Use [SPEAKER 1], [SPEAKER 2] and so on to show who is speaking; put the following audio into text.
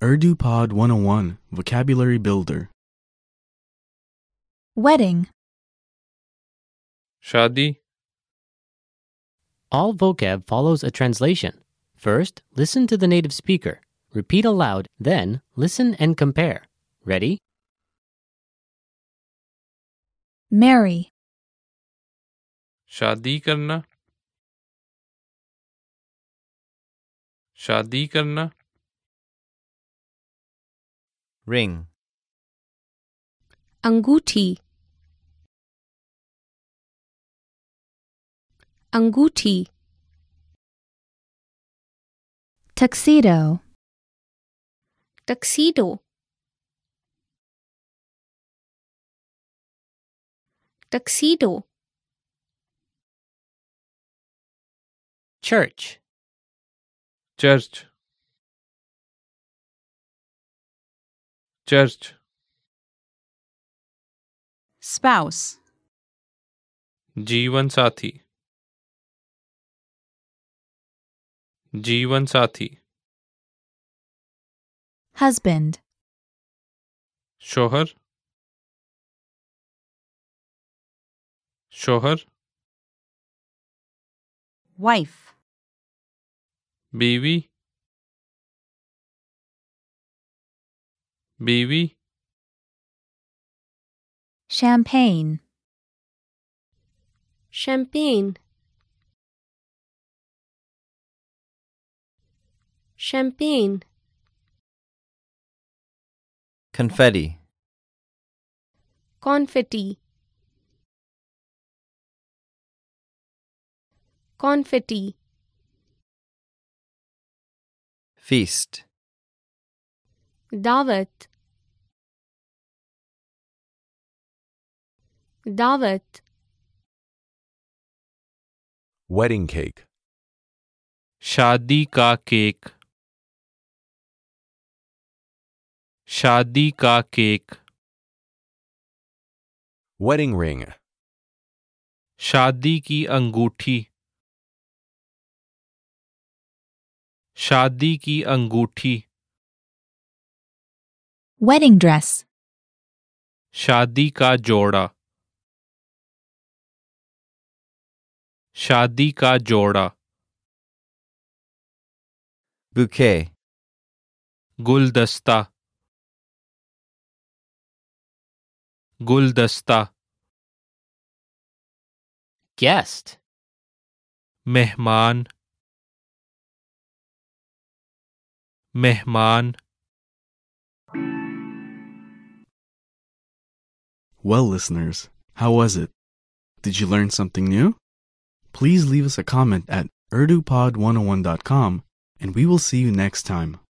[SPEAKER 1] UrduPod 101 Vocabulary Builder
[SPEAKER 2] Wedding,
[SPEAKER 3] शादी
[SPEAKER 4] All vocab follows a translation. First, listen to the native speaker. Repeat aloud, then, listen and compare. Ready?
[SPEAKER 2] marry,
[SPEAKER 3] शादी करना शादी करना
[SPEAKER 5] ring,
[SPEAKER 6] Anguti. Anguti.
[SPEAKER 2] tuxedo,
[SPEAKER 6] Tuxedo. Tuxedo.
[SPEAKER 4] Church.
[SPEAKER 3] Church church
[SPEAKER 7] spouse,
[SPEAKER 3] जीवन साथी जीवन साथी
[SPEAKER 2] husband,
[SPEAKER 3] शोहर शोहर
[SPEAKER 7] wife,
[SPEAKER 3] बीवी बीवी
[SPEAKER 2] champagne,
[SPEAKER 6] Champagne. Champagne.
[SPEAKER 5] confetti,
[SPEAKER 6] Confetti. Confetti.
[SPEAKER 5] feast,
[SPEAKER 6] Dawat. Dawat.
[SPEAKER 8] wedding cake,
[SPEAKER 3] शादी का केक शादी का केक
[SPEAKER 8] wedding ring,
[SPEAKER 3] शादी की अंगूठी शादी की अंगूठी
[SPEAKER 2] wedding dress,
[SPEAKER 3] शादी का जोड़ा शादी का जोड़ा
[SPEAKER 5] bouquet,
[SPEAKER 3] गुलदस्ता गुलदस्ता
[SPEAKER 4] Guest.
[SPEAKER 3] मेहमान मेहमान
[SPEAKER 1] Well, listeners, how was it? Did you learn something new? oh Please leave us a comment at urdupod101.com and we will see you next time.